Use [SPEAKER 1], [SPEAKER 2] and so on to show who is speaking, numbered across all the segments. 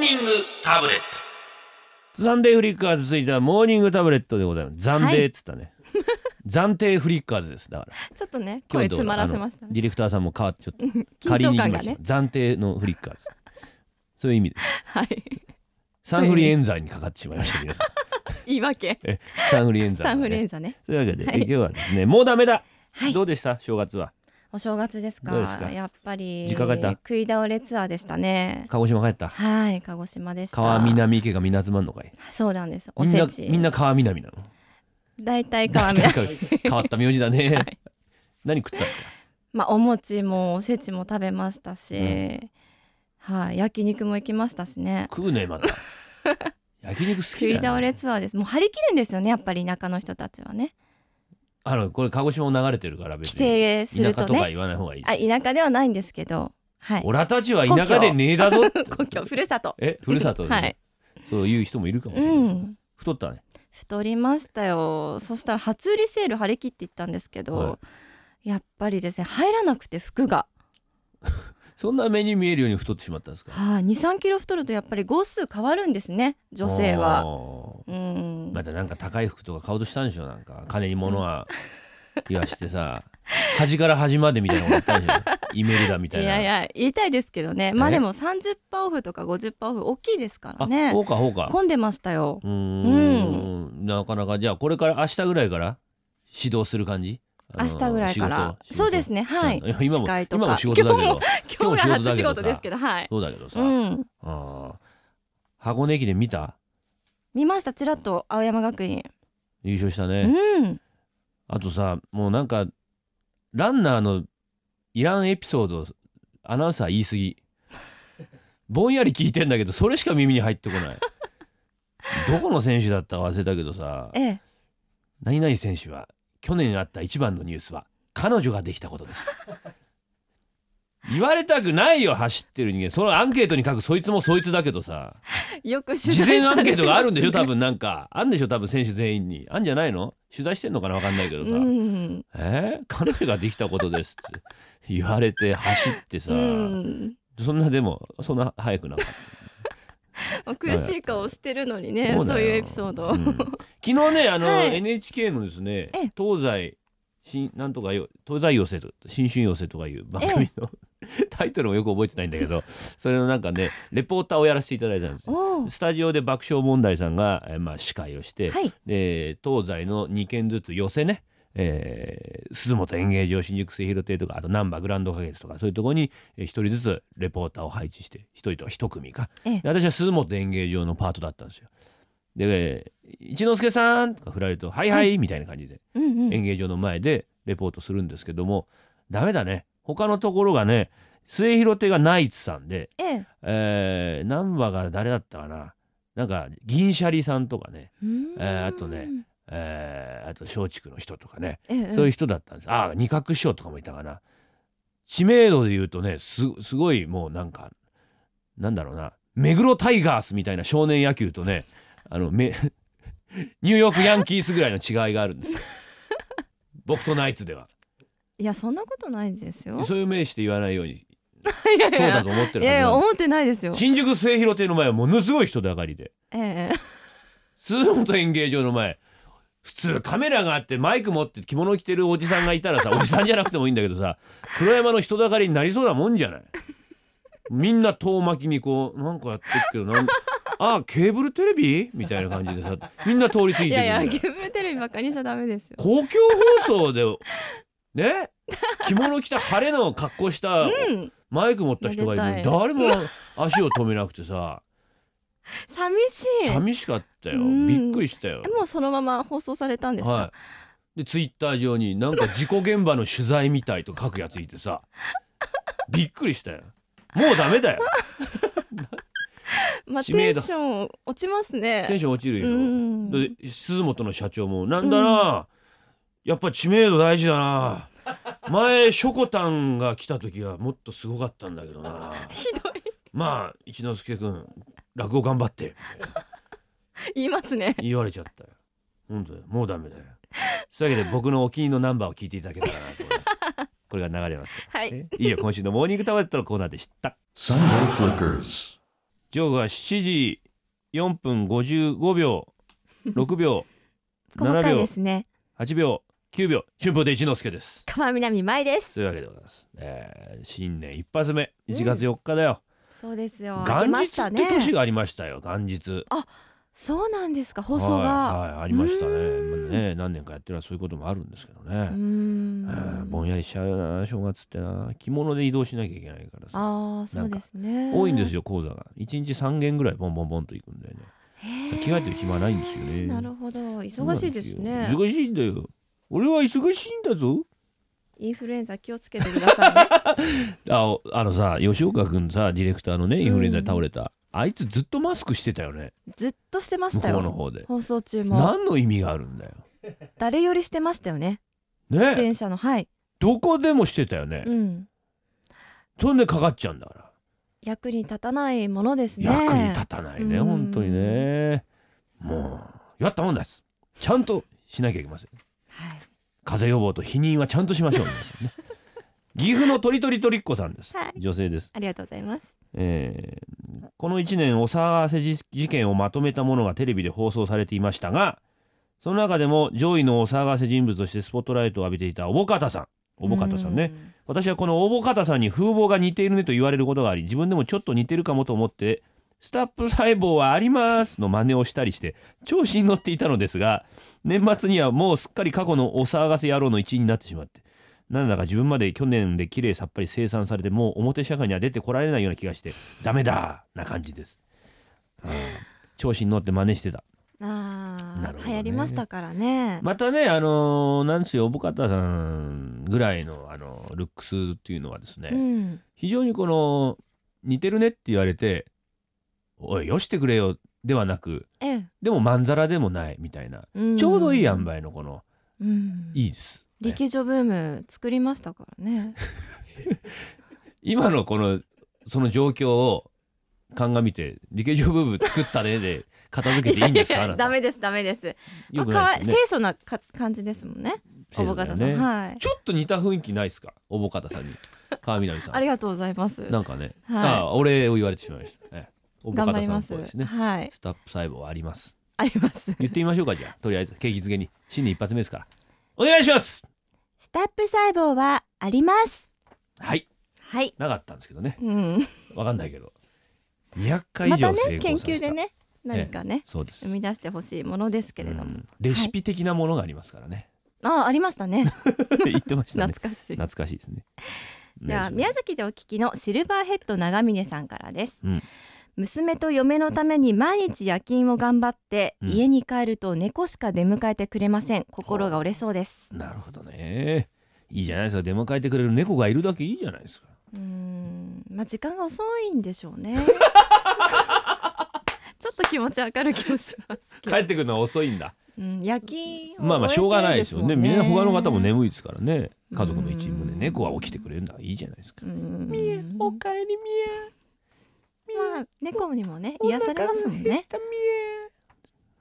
[SPEAKER 1] ニングタブレット
[SPEAKER 2] ザンデーフリッカーズ続いてはモーニングタブレットでございます。ザンデーっつったね。暫定フリッカーズです。だから。
[SPEAKER 3] ちょっとね
[SPEAKER 2] 今
[SPEAKER 3] 声
[SPEAKER 2] 日どう
[SPEAKER 3] 詰まらせました
[SPEAKER 2] あの
[SPEAKER 3] ね
[SPEAKER 2] ディレクターさんも変わっちゃった。
[SPEAKER 3] 緊
[SPEAKER 2] 仮
[SPEAKER 3] 張
[SPEAKER 2] に
[SPEAKER 3] 感
[SPEAKER 2] ま
[SPEAKER 3] が
[SPEAKER 2] した。
[SPEAKER 3] ね
[SPEAKER 2] 暫定のフリッカーズ。そういう意味です。
[SPEAKER 3] はい
[SPEAKER 2] サンフリエンザにかかってしまいました。皆さん。
[SPEAKER 3] 言い訳
[SPEAKER 2] えサンフリエンザ、ね。
[SPEAKER 3] サンフルエンザね
[SPEAKER 2] というわけで、
[SPEAKER 3] はい
[SPEAKER 2] え今日はですね、もうダメだ。
[SPEAKER 3] はい
[SPEAKER 2] どうでした正月は。
[SPEAKER 3] お正月ですか
[SPEAKER 2] どうですか
[SPEAKER 3] やっぱり
[SPEAKER 2] 実家帰った
[SPEAKER 3] 食い倒れツアーでしたね
[SPEAKER 2] 鹿児島帰った。
[SPEAKER 3] はい鹿児島でした
[SPEAKER 2] 川南家がみんな集まんのかい。
[SPEAKER 3] そうなんですお
[SPEAKER 2] みんな
[SPEAKER 3] せち
[SPEAKER 2] みんな川南なの。
[SPEAKER 3] 大体川
[SPEAKER 2] 大
[SPEAKER 3] 南
[SPEAKER 2] 体川変わった名字だね。
[SPEAKER 3] はい
[SPEAKER 2] 何食ったんですか。
[SPEAKER 3] まあお餅もおせちも食べましたし、
[SPEAKER 2] うん
[SPEAKER 3] はい焼肉も行きましたしね
[SPEAKER 2] 食うねまた。焼肉好
[SPEAKER 3] 食
[SPEAKER 2] き
[SPEAKER 3] い
[SPEAKER 2] だ
[SPEAKER 3] 倒
[SPEAKER 2] ね
[SPEAKER 3] れ。ツアーですもう張り切るんですよねやっぱり田舎の人たちはね
[SPEAKER 2] あのこれ鹿児島も流れてるから別
[SPEAKER 3] 帰
[SPEAKER 2] に。
[SPEAKER 3] 省する
[SPEAKER 2] 田舎と
[SPEAKER 3] と
[SPEAKER 2] か
[SPEAKER 3] ね
[SPEAKER 2] 言わない方がいいです
[SPEAKER 3] あ田舎ではないんですけどはい
[SPEAKER 2] オラたちは田舎でねえだぞ
[SPEAKER 3] 故郷ふるさと
[SPEAKER 2] えふるさとで、
[SPEAKER 3] はい
[SPEAKER 2] そういう人もいるかもし
[SPEAKER 3] う
[SPEAKER 2] れないです、
[SPEAKER 3] ん
[SPEAKER 2] 太ったね
[SPEAKER 3] 太りましたよそしたら初売りセール張り切って行ったんですけど、
[SPEAKER 2] は
[SPEAKER 3] やっぱりですね入らなくて服が
[SPEAKER 2] そんな目に見えるように太ってしまったんですか
[SPEAKER 3] はい、23キロ太るとやっぱり号数変わるんですね女性は
[SPEAKER 2] は
[SPEAKER 3] うん、
[SPEAKER 2] またなんか高い服とか買おうとしたんでしょなんか金に物は言わしてさ端から端までみたいなことやったんでしょイメルダみ
[SPEAKER 3] い
[SPEAKER 2] たいな
[SPEAKER 3] やいや言いたいですけどねまあ
[SPEAKER 2] え
[SPEAKER 3] でも30%オフとか50%オフ大きいですから
[SPEAKER 2] あ、
[SPEAKER 3] ね
[SPEAKER 2] そうかそうか
[SPEAKER 3] 混んでましたよ
[SPEAKER 2] うーんなかなかじゃあこれから明日ぐらいから指導する感じあ
[SPEAKER 3] 明
[SPEAKER 2] の
[SPEAKER 3] 日ぐらいから
[SPEAKER 2] 仕事
[SPEAKER 3] そうですねはい
[SPEAKER 2] ちゃんといや今も
[SPEAKER 3] 司会とか
[SPEAKER 2] 今も仕事だけ
[SPEAKER 3] 今
[SPEAKER 2] ど
[SPEAKER 3] 日も今
[SPEAKER 2] 今
[SPEAKER 3] 日が
[SPEAKER 2] 日も
[SPEAKER 3] 初
[SPEAKER 2] 仕
[SPEAKER 3] 仕
[SPEAKER 2] 事だけどさ
[SPEAKER 3] 事ですけどはい
[SPEAKER 2] そうだけどさ、
[SPEAKER 3] うん
[SPEAKER 2] あー箱根駅伝見た
[SPEAKER 3] 見ましたちらっと青山学院
[SPEAKER 2] 優勝した
[SPEAKER 3] う
[SPEAKER 2] ね、
[SPEAKER 3] ん
[SPEAKER 2] あとさもうなんかランナーのいらんエピソードアナウンサー言い過ぎぼんやり聞いてんだけどそれしか耳に入ってこないどこの選手だったか忘れたけどさ
[SPEAKER 3] ええ
[SPEAKER 2] 何々選手は去年あった一番のニュースは彼女ができたことです言われたくないよ走ってる人間そのアンケートに書くそいつもそいつだけどさ
[SPEAKER 3] よく取材
[SPEAKER 2] 事前アンケートがあるんでしょ
[SPEAKER 3] さ
[SPEAKER 2] 多分なんかあんでしょ多分選手全員にあんじゃないの取材してんのかなわかんないけ
[SPEAKER 3] れ
[SPEAKER 2] ど
[SPEAKER 3] て
[SPEAKER 2] さ、
[SPEAKER 3] ますねうん
[SPEAKER 2] えー彼女ができたことですって言われて走ってさ、
[SPEAKER 3] うん
[SPEAKER 2] そんなでもそんな早くなかった
[SPEAKER 3] もう苦しい顔してるのにね
[SPEAKER 2] そ
[SPEAKER 3] そうう
[SPEAKER 2] だよ
[SPEAKER 3] いうエピソード、
[SPEAKER 2] うん昨日ねあの、
[SPEAKER 3] はい
[SPEAKER 2] NHK のですね
[SPEAKER 3] ええ
[SPEAKER 2] 東西新なんとかよ東西寄せと新春寄せとかいう番組の、タイトルもよく覚えてないんだけどそれのなんかねレポーターをやらせていただいたんですよ
[SPEAKER 3] おお
[SPEAKER 2] スタジオで爆笑問題さんが、えーまあ、司会をして、
[SPEAKER 3] はい
[SPEAKER 2] で東西の2軒ずつ寄せね、えー鈴本演芸場新宿末広亭とかあと難波グランド花月とかそういうところにえー一人ずつレポーターを配置して一人とか一組か、
[SPEAKER 3] ええ
[SPEAKER 2] で私は鈴本演芸場のパートだったんですよ。で「一之輔さん」とか振られると「はいはい」みたいな感じで
[SPEAKER 3] うんうん
[SPEAKER 2] 演芸場の前でレポートするんですけども、ダメだね他のところがね末広亭がナイツさんで
[SPEAKER 3] ええ
[SPEAKER 2] えー、難波が誰だったかななんか銀シャリさんとかね、
[SPEAKER 3] うん
[SPEAKER 2] えーあとねえーあと松竹の人とかね、
[SPEAKER 3] ええ
[SPEAKER 2] そういう人だったんですああ二角師匠とかもいたかな知名度で言うとねすすごいもうなんかなんだろうな目黒タイガースみたいな少年野球とねあのめ ニューヨークヤンキースぐらいの違いがあるんです よ僕とナイツではい
[SPEAKER 3] やそんなことないですよ
[SPEAKER 2] そういう名して言わないように
[SPEAKER 3] いやい
[SPEAKER 2] そうだ
[SPEAKER 3] や
[SPEAKER 2] と思って
[SPEAKER 3] い
[SPEAKER 2] るは
[SPEAKER 3] や
[SPEAKER 2] ず
[SPEAKER 3] いや
[SPEAKER 2] なんで
[SPEAKER 3] 思ってないですよ
[SPEAKER 2] す新宿末広亭の前はものすごい人だかりで
[SPEAKER 3] ええ
[SPEAKER 2] 鈴本演芸場の前普通カメラがあってマイク持って着物着てるおじさんがいたら さおじさんじゃなくてもいいんだけどさ黒山の人だかりになりそうなもんじゃないみんな遠巻きにこうなんかやってるけどなんあケーブルテレビみたいな感じでさみんな通り過ぎてくる
[SPEAKER 3] い
[SPEAKER 2] じゃ
[SPEAKER 3] や
[SPEAKER 2] ないい
[SPEAKER 3] やケーブルテレビばっかりじゃダメですよ
[SPEAKER 2] 公共放送でね着物着た晴れの格好した
[SPEAKER 3] うん
[SPEAKER 2] マイク持った人がい
[SPEAKER 3] め
[SPEAKER 2] る
[SPEAKER 3] でたい
[SPEAKER 2] 誰も足を止めなくてさ
[SPEAKER 3] 寂しい
[SPEAKER 2] 寂しかったよ
[SPEAKER 3] うん
[SPEAKER 2] びっくりしたよ
[SPEAKER 3] えもうそのまま放送されたんですか、
[SPEAKER 2] はい、でツイッター上になんか事故現場の取材みたいと書くやついて さびっくりしたよもうダメだよ
[SPEAKER 3] まあ
[SPEAKER 2] 知名
[SPEAKER 3] テン
[SPEAKER 2] 度
[SPEAKER 3] ション落ちますね
[SPEAKER 2] テンション落ちるでしょ、
[SPEAKER 3] うん
[SPEAKER 2] だって鈴本の社長もなんだな、やっぱ知名度大事だな前ショコタンが来た時はもっとすごかったんだけどな
[SPEAKER 3] ひどい
[SPEAKER 2] まあ一之輔君落語頑張って
[SPEAKER 3] 言いますね
[SPEAKER 2] 言われちゃったよ本当だよもうダメだよそういうわけで僕のお気に入りのナンバーを聞いていただけたらなと思いますこれが流れますよ
[SPEAKER 3] はい
[SPEAKER 2] ねいいよ今週のモーニングタワレットのコーナーでした
[SPEAKER 4] Sunday Flickers.
[SPEAKER 2] ジョーが7時4分55秒6秒
[SPEAKER 3] 細か
[SPEAKER 2] 7
[SPEAKER 3] い
[SPEAKER 2] 秒
[SPEAKER 3] ですね
[SPEAKER 2] 8秒9秒春風亭一之助です
[SPEAKER 3] 川南舞です
[SPEAKER 2] というわけでございます、えー新年一発目1月4日だよ、
[SPEAKER 3] そうですよ明
[SPEAKER 2] 元
[SPEAKER 3] けまし
[SPEAKER 2] 日
[SPEAKER 3] た
[SPEAKER 2] っ
[SPEAKER 3] ね
[SPEAKER 2] て年がありましたよ元日
[SPEAKER 3] そうなんですか放送が、
[SPEAKER 2] はいはいありましたね
[SPEAKER 3] うーん
[SPEAKER 2] まあね何年かやってるのはそういうこともあるんですけどね
[SPEAKER 3] うー、
[SPEAKER 2] えー
[SPEAKER 3] ん
[SPEAKER 2] ぼんやりしちゃうな正月ってな着物で移動しなきゃいけないからさ
[SPEAKER 3] ああそうですね
[SPEAKER 2] 多いんです
[SPEAKER 3] よ
[SPEAKER 2] よ講座が1日3件ぐらいボンボンボンと行くんだよね着替えてる暇ないんですよね
[SPEAKER 3] なるほど忙しいです
[SPEAKER 2] そうなん
[SPEAKER 3] ね
[SPEAKER 2] よ忙しいんだよ俺は忙しいんだぞ
[SPEAKER 3] インフルエンザ気をつけてくださいね
[SPEAKER 2] あおあのさ吉岡君さディレクターのねインフルエンザで倒れた、あいつずっとマスクしてたよね
[SPEAKER 3] ずっとしてまし
[SPEAKER 2] 向
[SPEAKER 3] た
[SPEAKER 2] こうの
[SPEAKER 3] よ
[SPEAKER 2] 方で
[SPEAKER 3] 放送中も
[SPEAKER 2] 何の意味があるんだよ
[SPEAKER 3] 誰よりしてましたよね出
[SPEAKER 2] ね
[SPEAKER 3] 演者のはい、
[SPEAKER 2] どこでもしてたよね、
[SPEAKER 3] うん、
[SPEAKER 2] そんでかかっちゃうんだから
[SPEAKER 3] 役に立たないものですね
[SPEAKER 2] 役に立たないね
[SPEAKER 3] うん
[SPEAKER 2] 本当にねもうやったもんですちゃんとしなきゃいけません
[SPEAKER 3] はい
[SPEAKER 2] 風邪予防と避妊はちゃんとしましょう皆さんね 岐阜の鳥鳥鳥っ子さんです、
[SPEAKER 3] はい
[SPEAKER 2] 女性です、
[SPEAKER 3] ありがとうございます
[SPEAKER 2] えーこの1年お騒がせ事件をまとめたものがテレビで放送されていましたがその中でも上位のお騒がせ人物としてスポットライトを浴びていたおぼかたさんおぼかたさんね、私はこの応募方さんに風貌が似ているねと言われることがあり自分でもちょっと似てるかもと思ってスタップ細胞はありますの真似をしたりして調子に乗っていたのですが年末にはもうすっかり過去のお騒がせ野郎の一員になってしまってなんだか自分まで去年で綺麗さっぱり清算されてもう表社会には出てこられないような気がしてダメだな感じです、うん調子に乗って真似してた
[SPEAKER 3] うんあ
[SPEAKER 2] な
[SPEAKER 3] あ、
[SPEAKER 2] るほどね
[SPEAKER 3] 流行りましたからね、
[SPEAKER 2] またねあのーなんですよおぼかたさんぐらいの、あのルックスっていうのはですね、
[SPEAKER 3] うん
[SPEAKER 2] 非常にこの似てるねって言われて「おいよしてくれよ」ではなく
[SPEAKER 3] ええ
[SPEAKER 2] でもまんざらでもないみたいな、
[SPEAKER 3] うん
[SPEAKER 2] ちょうどいい塩梅のこの
[SPEAKER 3] うん
[SPEAKER 2] いいです、ね
[SPEAKER 3] 力女ブーム作りましたからね。
[SPEAKER 2] 今のこのその状況を鑑みて「リケジョブーム作ったね」で片付けていいんです かあなた
[SPEAKER 3] ダメですダメです。
[SPEAKER 2] よく
[SPEAKER 3] あかわ
[SPEAKER 2] ない
[SPEAKER 3] い
[SPEAKER 2] ですよね
[SPEAKER 3] 清楚なか感じですもんね。お
[SPEAKER 2] 清
[SPEAKER 3] ぼ
[SPEAKER 2] 楚だ
[SPEAKER 3] か
[SPEAKER 2] よ
[SPEAKER 3] たさん、
[SPEAKER 2] ね
[SPEAKER 3] はい。
[SPEAKER 2] ちょっと似た雰囲気ないですかおぼかたさんに川南さ
[SPEAKER 3] あり
[SPEAKER 2] ん
[SPEAKER 3] がとうございます。
[SPEAKER 2] なんかね、
[SPEAKER 3] はい
[SPEAKER 2] ああお礼を言われてしまいました、ええ、おぼ
[SPEAKER 3] 頑
[SPEAKER 2] か
[SPEAKER 3] 張
[SPEAKER 2] た
[SPEAKER 3] り
[SPEAKER 2] さん
[SPEAKER 3] ま
[SPEAKER 2] っ
[SPEAKER 3] す。
[SPEAKER 2] ぽいですね
[SPEAKER 3] はい。
[SPEAKER 2] スタップ細胞あります
[SPEAKER 3] あります。
[SPEAKER 2] 言ってみましょうかじゃあとりあえず景気づけに新年一発目ですからお願いします
[SPEAKER 3] スタップ細胞はあります。
[SPEAKER 2] はい
[SPEAKER 3] はい。
[SPEAKER 2] なかったんですけどね
[SPEAKER 3] うん。
[SPEAKER 2] わかんないけど200回以
[SPEAKER 3] また
[SPEAKER 2] 上
[SPEAKER 3] ね
[SPEAKER 2] 成
[SPEAKER 3] 研
[SPEAKER 2] 功させた、
[SPEAKER 3] 究でね何かね、
[SPEAKER 2] そうです
[SPEAKER 3] 生み出してほしいものですけれども。
[SPEAKER 2] うんレシピ的なものがありますからね、
[SPEAKER 3] ああありまし たね。
[SPEAKER 2] 言ってました
[SPEAKER 3] 懐
[SPEAKER 2] ね
[SPEAKER 3] かしい。
[SPEAKER 2] 懐かしいですね
[SPEAKER 3] では宮崎でお聞きのシルバーヘッド長峰さんからです、
[SPEAKER 2] うん
[SPEAKER 3] 娘と嫁のために毎日夜勤を頑張って、
[SPEAKER 2] うん
[SPEAKER 3] 家に帰ると猫しか出迎えてくれません心が折れそうです
[SPEAKER 2] なるほどねいいじゃないですか出迎えてくれる猫がいるだけいいじゃないですか
[SPEAKER 3] うーんまあ時間が遅いんでしょうね ちょっと気持ちわかる気もしますけど、
[SPEAKER 2] 帰ってくるのは遅いんだ
[SPEAKER 3] うん、夜勤を
[SPEAKER 2] まあまあしょうがないですよねみんな他の方も
[SPEAKER 3] ね
[SPEAKER 2] 眠いですからね家族の一員もね
[SPEAKER 3] うん
[SPEAKER 2] 猫が起きてくれるのはいいじゃないですか
[SPEAKER 3] うーん
[SPEAKER 2] みえおかえりみえ
[SPEAKER 3] まあ猫にもね癒されますもんね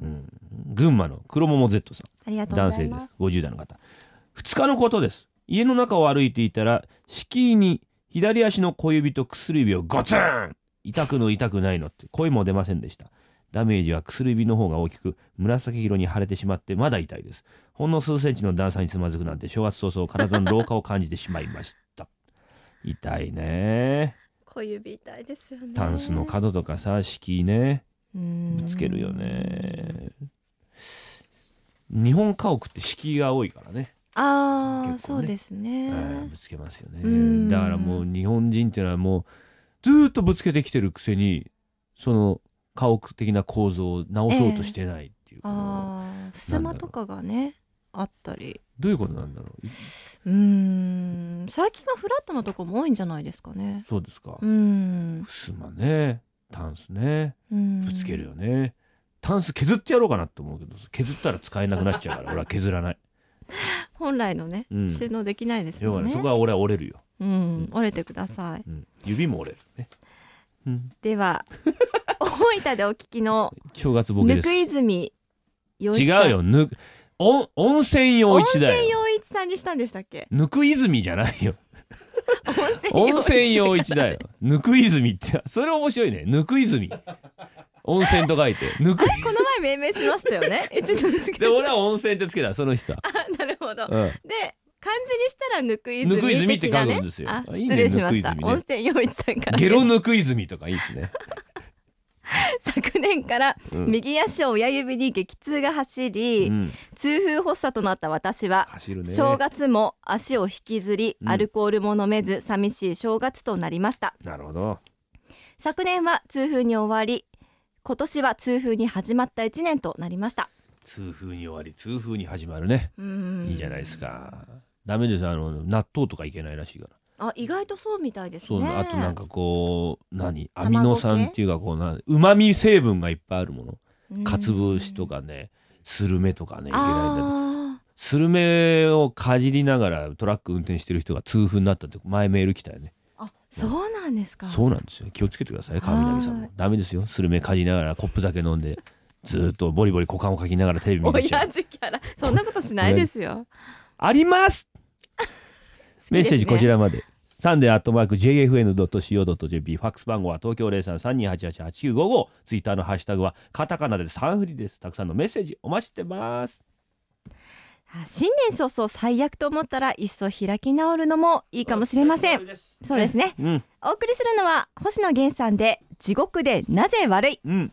[SPEAKER 2] うん、群馬の黒桃 Z さ
[SPEAKER 3] ありがと
[SPEAKER 2] ん
[SPEAKER 3] うご
[SPEAKER 2] 男
[SPEAKER 3] ざい
[SPEAKER 2] 性で
[SPEAKER 3] ます
[SPEAKER 2] す50代の方2日のことです家の中を歩いていたら敷居に左足の小指と薬指をゴツン痛くの痛くないのって声も出ませんでしたダメージは薬指の方が大きく紫色に腫れてしまってまだ痛いですほんの数センチの段差につまずくなんて正月早々体の老化を感じてしまいました痛いね
[SPEAKER 3] 小指痛いですよね
[SPEAKER 2] タンスの角とかさ敷居ね
[SPEAKER 3] ぶ
[SPEAKER 2] ぶつけるよね日本家屋って敷居が多いからね、
[SPEAKER 3] ああ、
[SPEAKER 2] 結構ね
[SPEAKER 3] そうですね、
[SPEAKER 2] うんぶつけますよ
[SPEAKER 3] うん
[SPEAKER 2] ねだからもう日本人っていうのはもうずーっとぶつけてきてるくせにその家屋的な構造を直そうとしてないっていう、この
[SPEAKER 3] ああ襖とかがねあったり
[SPEAKER 2] どういうことなんだろういう
[SPEAKER 3] ーん最近はフラットなとこも多いんじゃないですかね
[SPEAKER 2] そうですか、
[SPEAKER 3] うーん
[SPEAKER 2] ふすまねタンスね
[SPEAKER 3] うん
[SPEAKER 2] ぶつけるよね、タンス削ってやろうかなと思うけど削ったら使えなくなっちゃうから俺は削らない
[SPEAKER 3] 本来のね、
[SPEAKER 2] うん
[SPEAKER 3] 収納できないです
[SPEAKER 2] 要
[SPEAKER 3] も
[SPEAKER 2] は
[SPEAKER 3] ん
[SPEAKER 2] ね
[SPEAKER 3] ね
[SPEAKER 2] そこは俺は折れるよ、
[SPEAKER 3] うん折れてください
[SPEAKER 2] うん、指も折れるね、うん、
[SPEAKER 3] では大分でお聞きの
[SPEAKER 2] 正月ボケ
[SPEAKER 3] ぬ
[SPEAKER 2] です
[SPEAKER 3] くいずみ違
[SPEAKER 2] 違うよぬ温温泉陽
[SPEAKER 3] 温
[SPEAKER 2] 一
[SPEAKER 3] 泉
[SPEAKER 2] だよ
[SPEAKER 3] 洋一さんにしたんでしたっけ
[SPEAKER 2] ぬく泉じゃないよ温泉用一だよぬく泉ってそれ面白いねぬく泉温泉と書いてぬく
[SPEAKER 3] この前命名しましたよねえちょっとつけ
[SPEAKER 2] で俺は温泉ってつけたその人は、
[SPEAKER 3] あ なるほど
[SPEAKER 2] うん、
[SPEAKER 3] で漢字にしたらぬくいず
[SPEAKER 2] ぬくいずみ
[SPEAKER 3] み
[SPEAKER 2] って
[SPEAKER 3] 的
[SPEAKER 2] 書く
[SPEAKER 3] なんね
[SPEAKER 2] ですよ
[SPEAKER 3] あ
[SPEAKER 2] いい
[SPEAKER 3] 失
[SPEAKER 2] ね
[SPEAKER 3] 礼しました、
[SPEAKER 2] ぬくいずみね
[SPEAKER 3] 温泉用意さんから
[SPEAKER 2] ゲロぬく泉とかいいですね、
[SPEAKER 3] 昨年から
[SPEAKER 2] うん
[SPEAKER 3] 右足を親指に激痛が走り、
[SPEAKER 2] うん
[SPEAKER 3] 痛風発作となった私は
[SPEAKER 2] 走るね
[SPEAKER 3] 正月も足を引きずり、
[SPEAKER 2] うん
[SPEAKER 3] アルコールも飲めず寂しい正月となりました
[SPEAKER 2] なるほど
[SPEAKER 3] 昨年は痛風に終わり今年は痛風に始まった1年となりました
[SPEAKER 2] 痛風に終わり痛風に始まるね
[SPEAKER 3] うーん
[SPEAKER 2] いいじゃないですかダメですあの納豆とかいけないらしいから
[SPEAKER 3] あ意外とそうみたいですね
[SPEAKER 2] そうなあとなんかこう何ア
[SPEAKER 3] 卵
[SPEAKER 2] ミ
[SPEAKER 3] 系
[SPEAKER 2] ノ酸っていうかこうなうまみ成分がいっぱいあるもの
[SPEAKER 3] うん
[SPEAKER 2] かつぶしとかねスルメとかねいけないんだけど
[SPEAKER 3] あ
[SPEAKER 2] スルメをかじりながらトラック運転してる人が痛風になったって前メール来たよね
[SPEAKER 3] ーあそうなんですか
[SPEAKER 2] そうなんですよ気をつけてください雷さん
[SPEAKER 3] は
[SPEAKER 2] も
[SPEAKER 3] い
[SPEAKER 2] ダメですよスルメかじりながらコップ酒飲んでずーっとボリボリ股間をかきながらテレビ見て
[SPEAKER 3] 親
[SPEAKER 2] きちゃう
[SPEAKER 3] 父キャラそんなことしないですよ
[SPEAKER 2] あります メッセージこち
[SPEAKER 3] ら
[SPEAKER 2] らまで。サンデーアットマーク JFN.CO.JP ファックス番号は東京0332888955ツイッターのハッシュタグはカタカナでサンフリですたくさんのメッセージお待ちしてます
[SPEAKER 3] 新年早々最悪と思ったらいっそ開き直るのもいいかもしれませんそうですね
[SPEAKER 2] うん
[SPEAKER 3] お送りするのは星野源さんで地獄でなぜ悪い
[SPEAKER 2] うん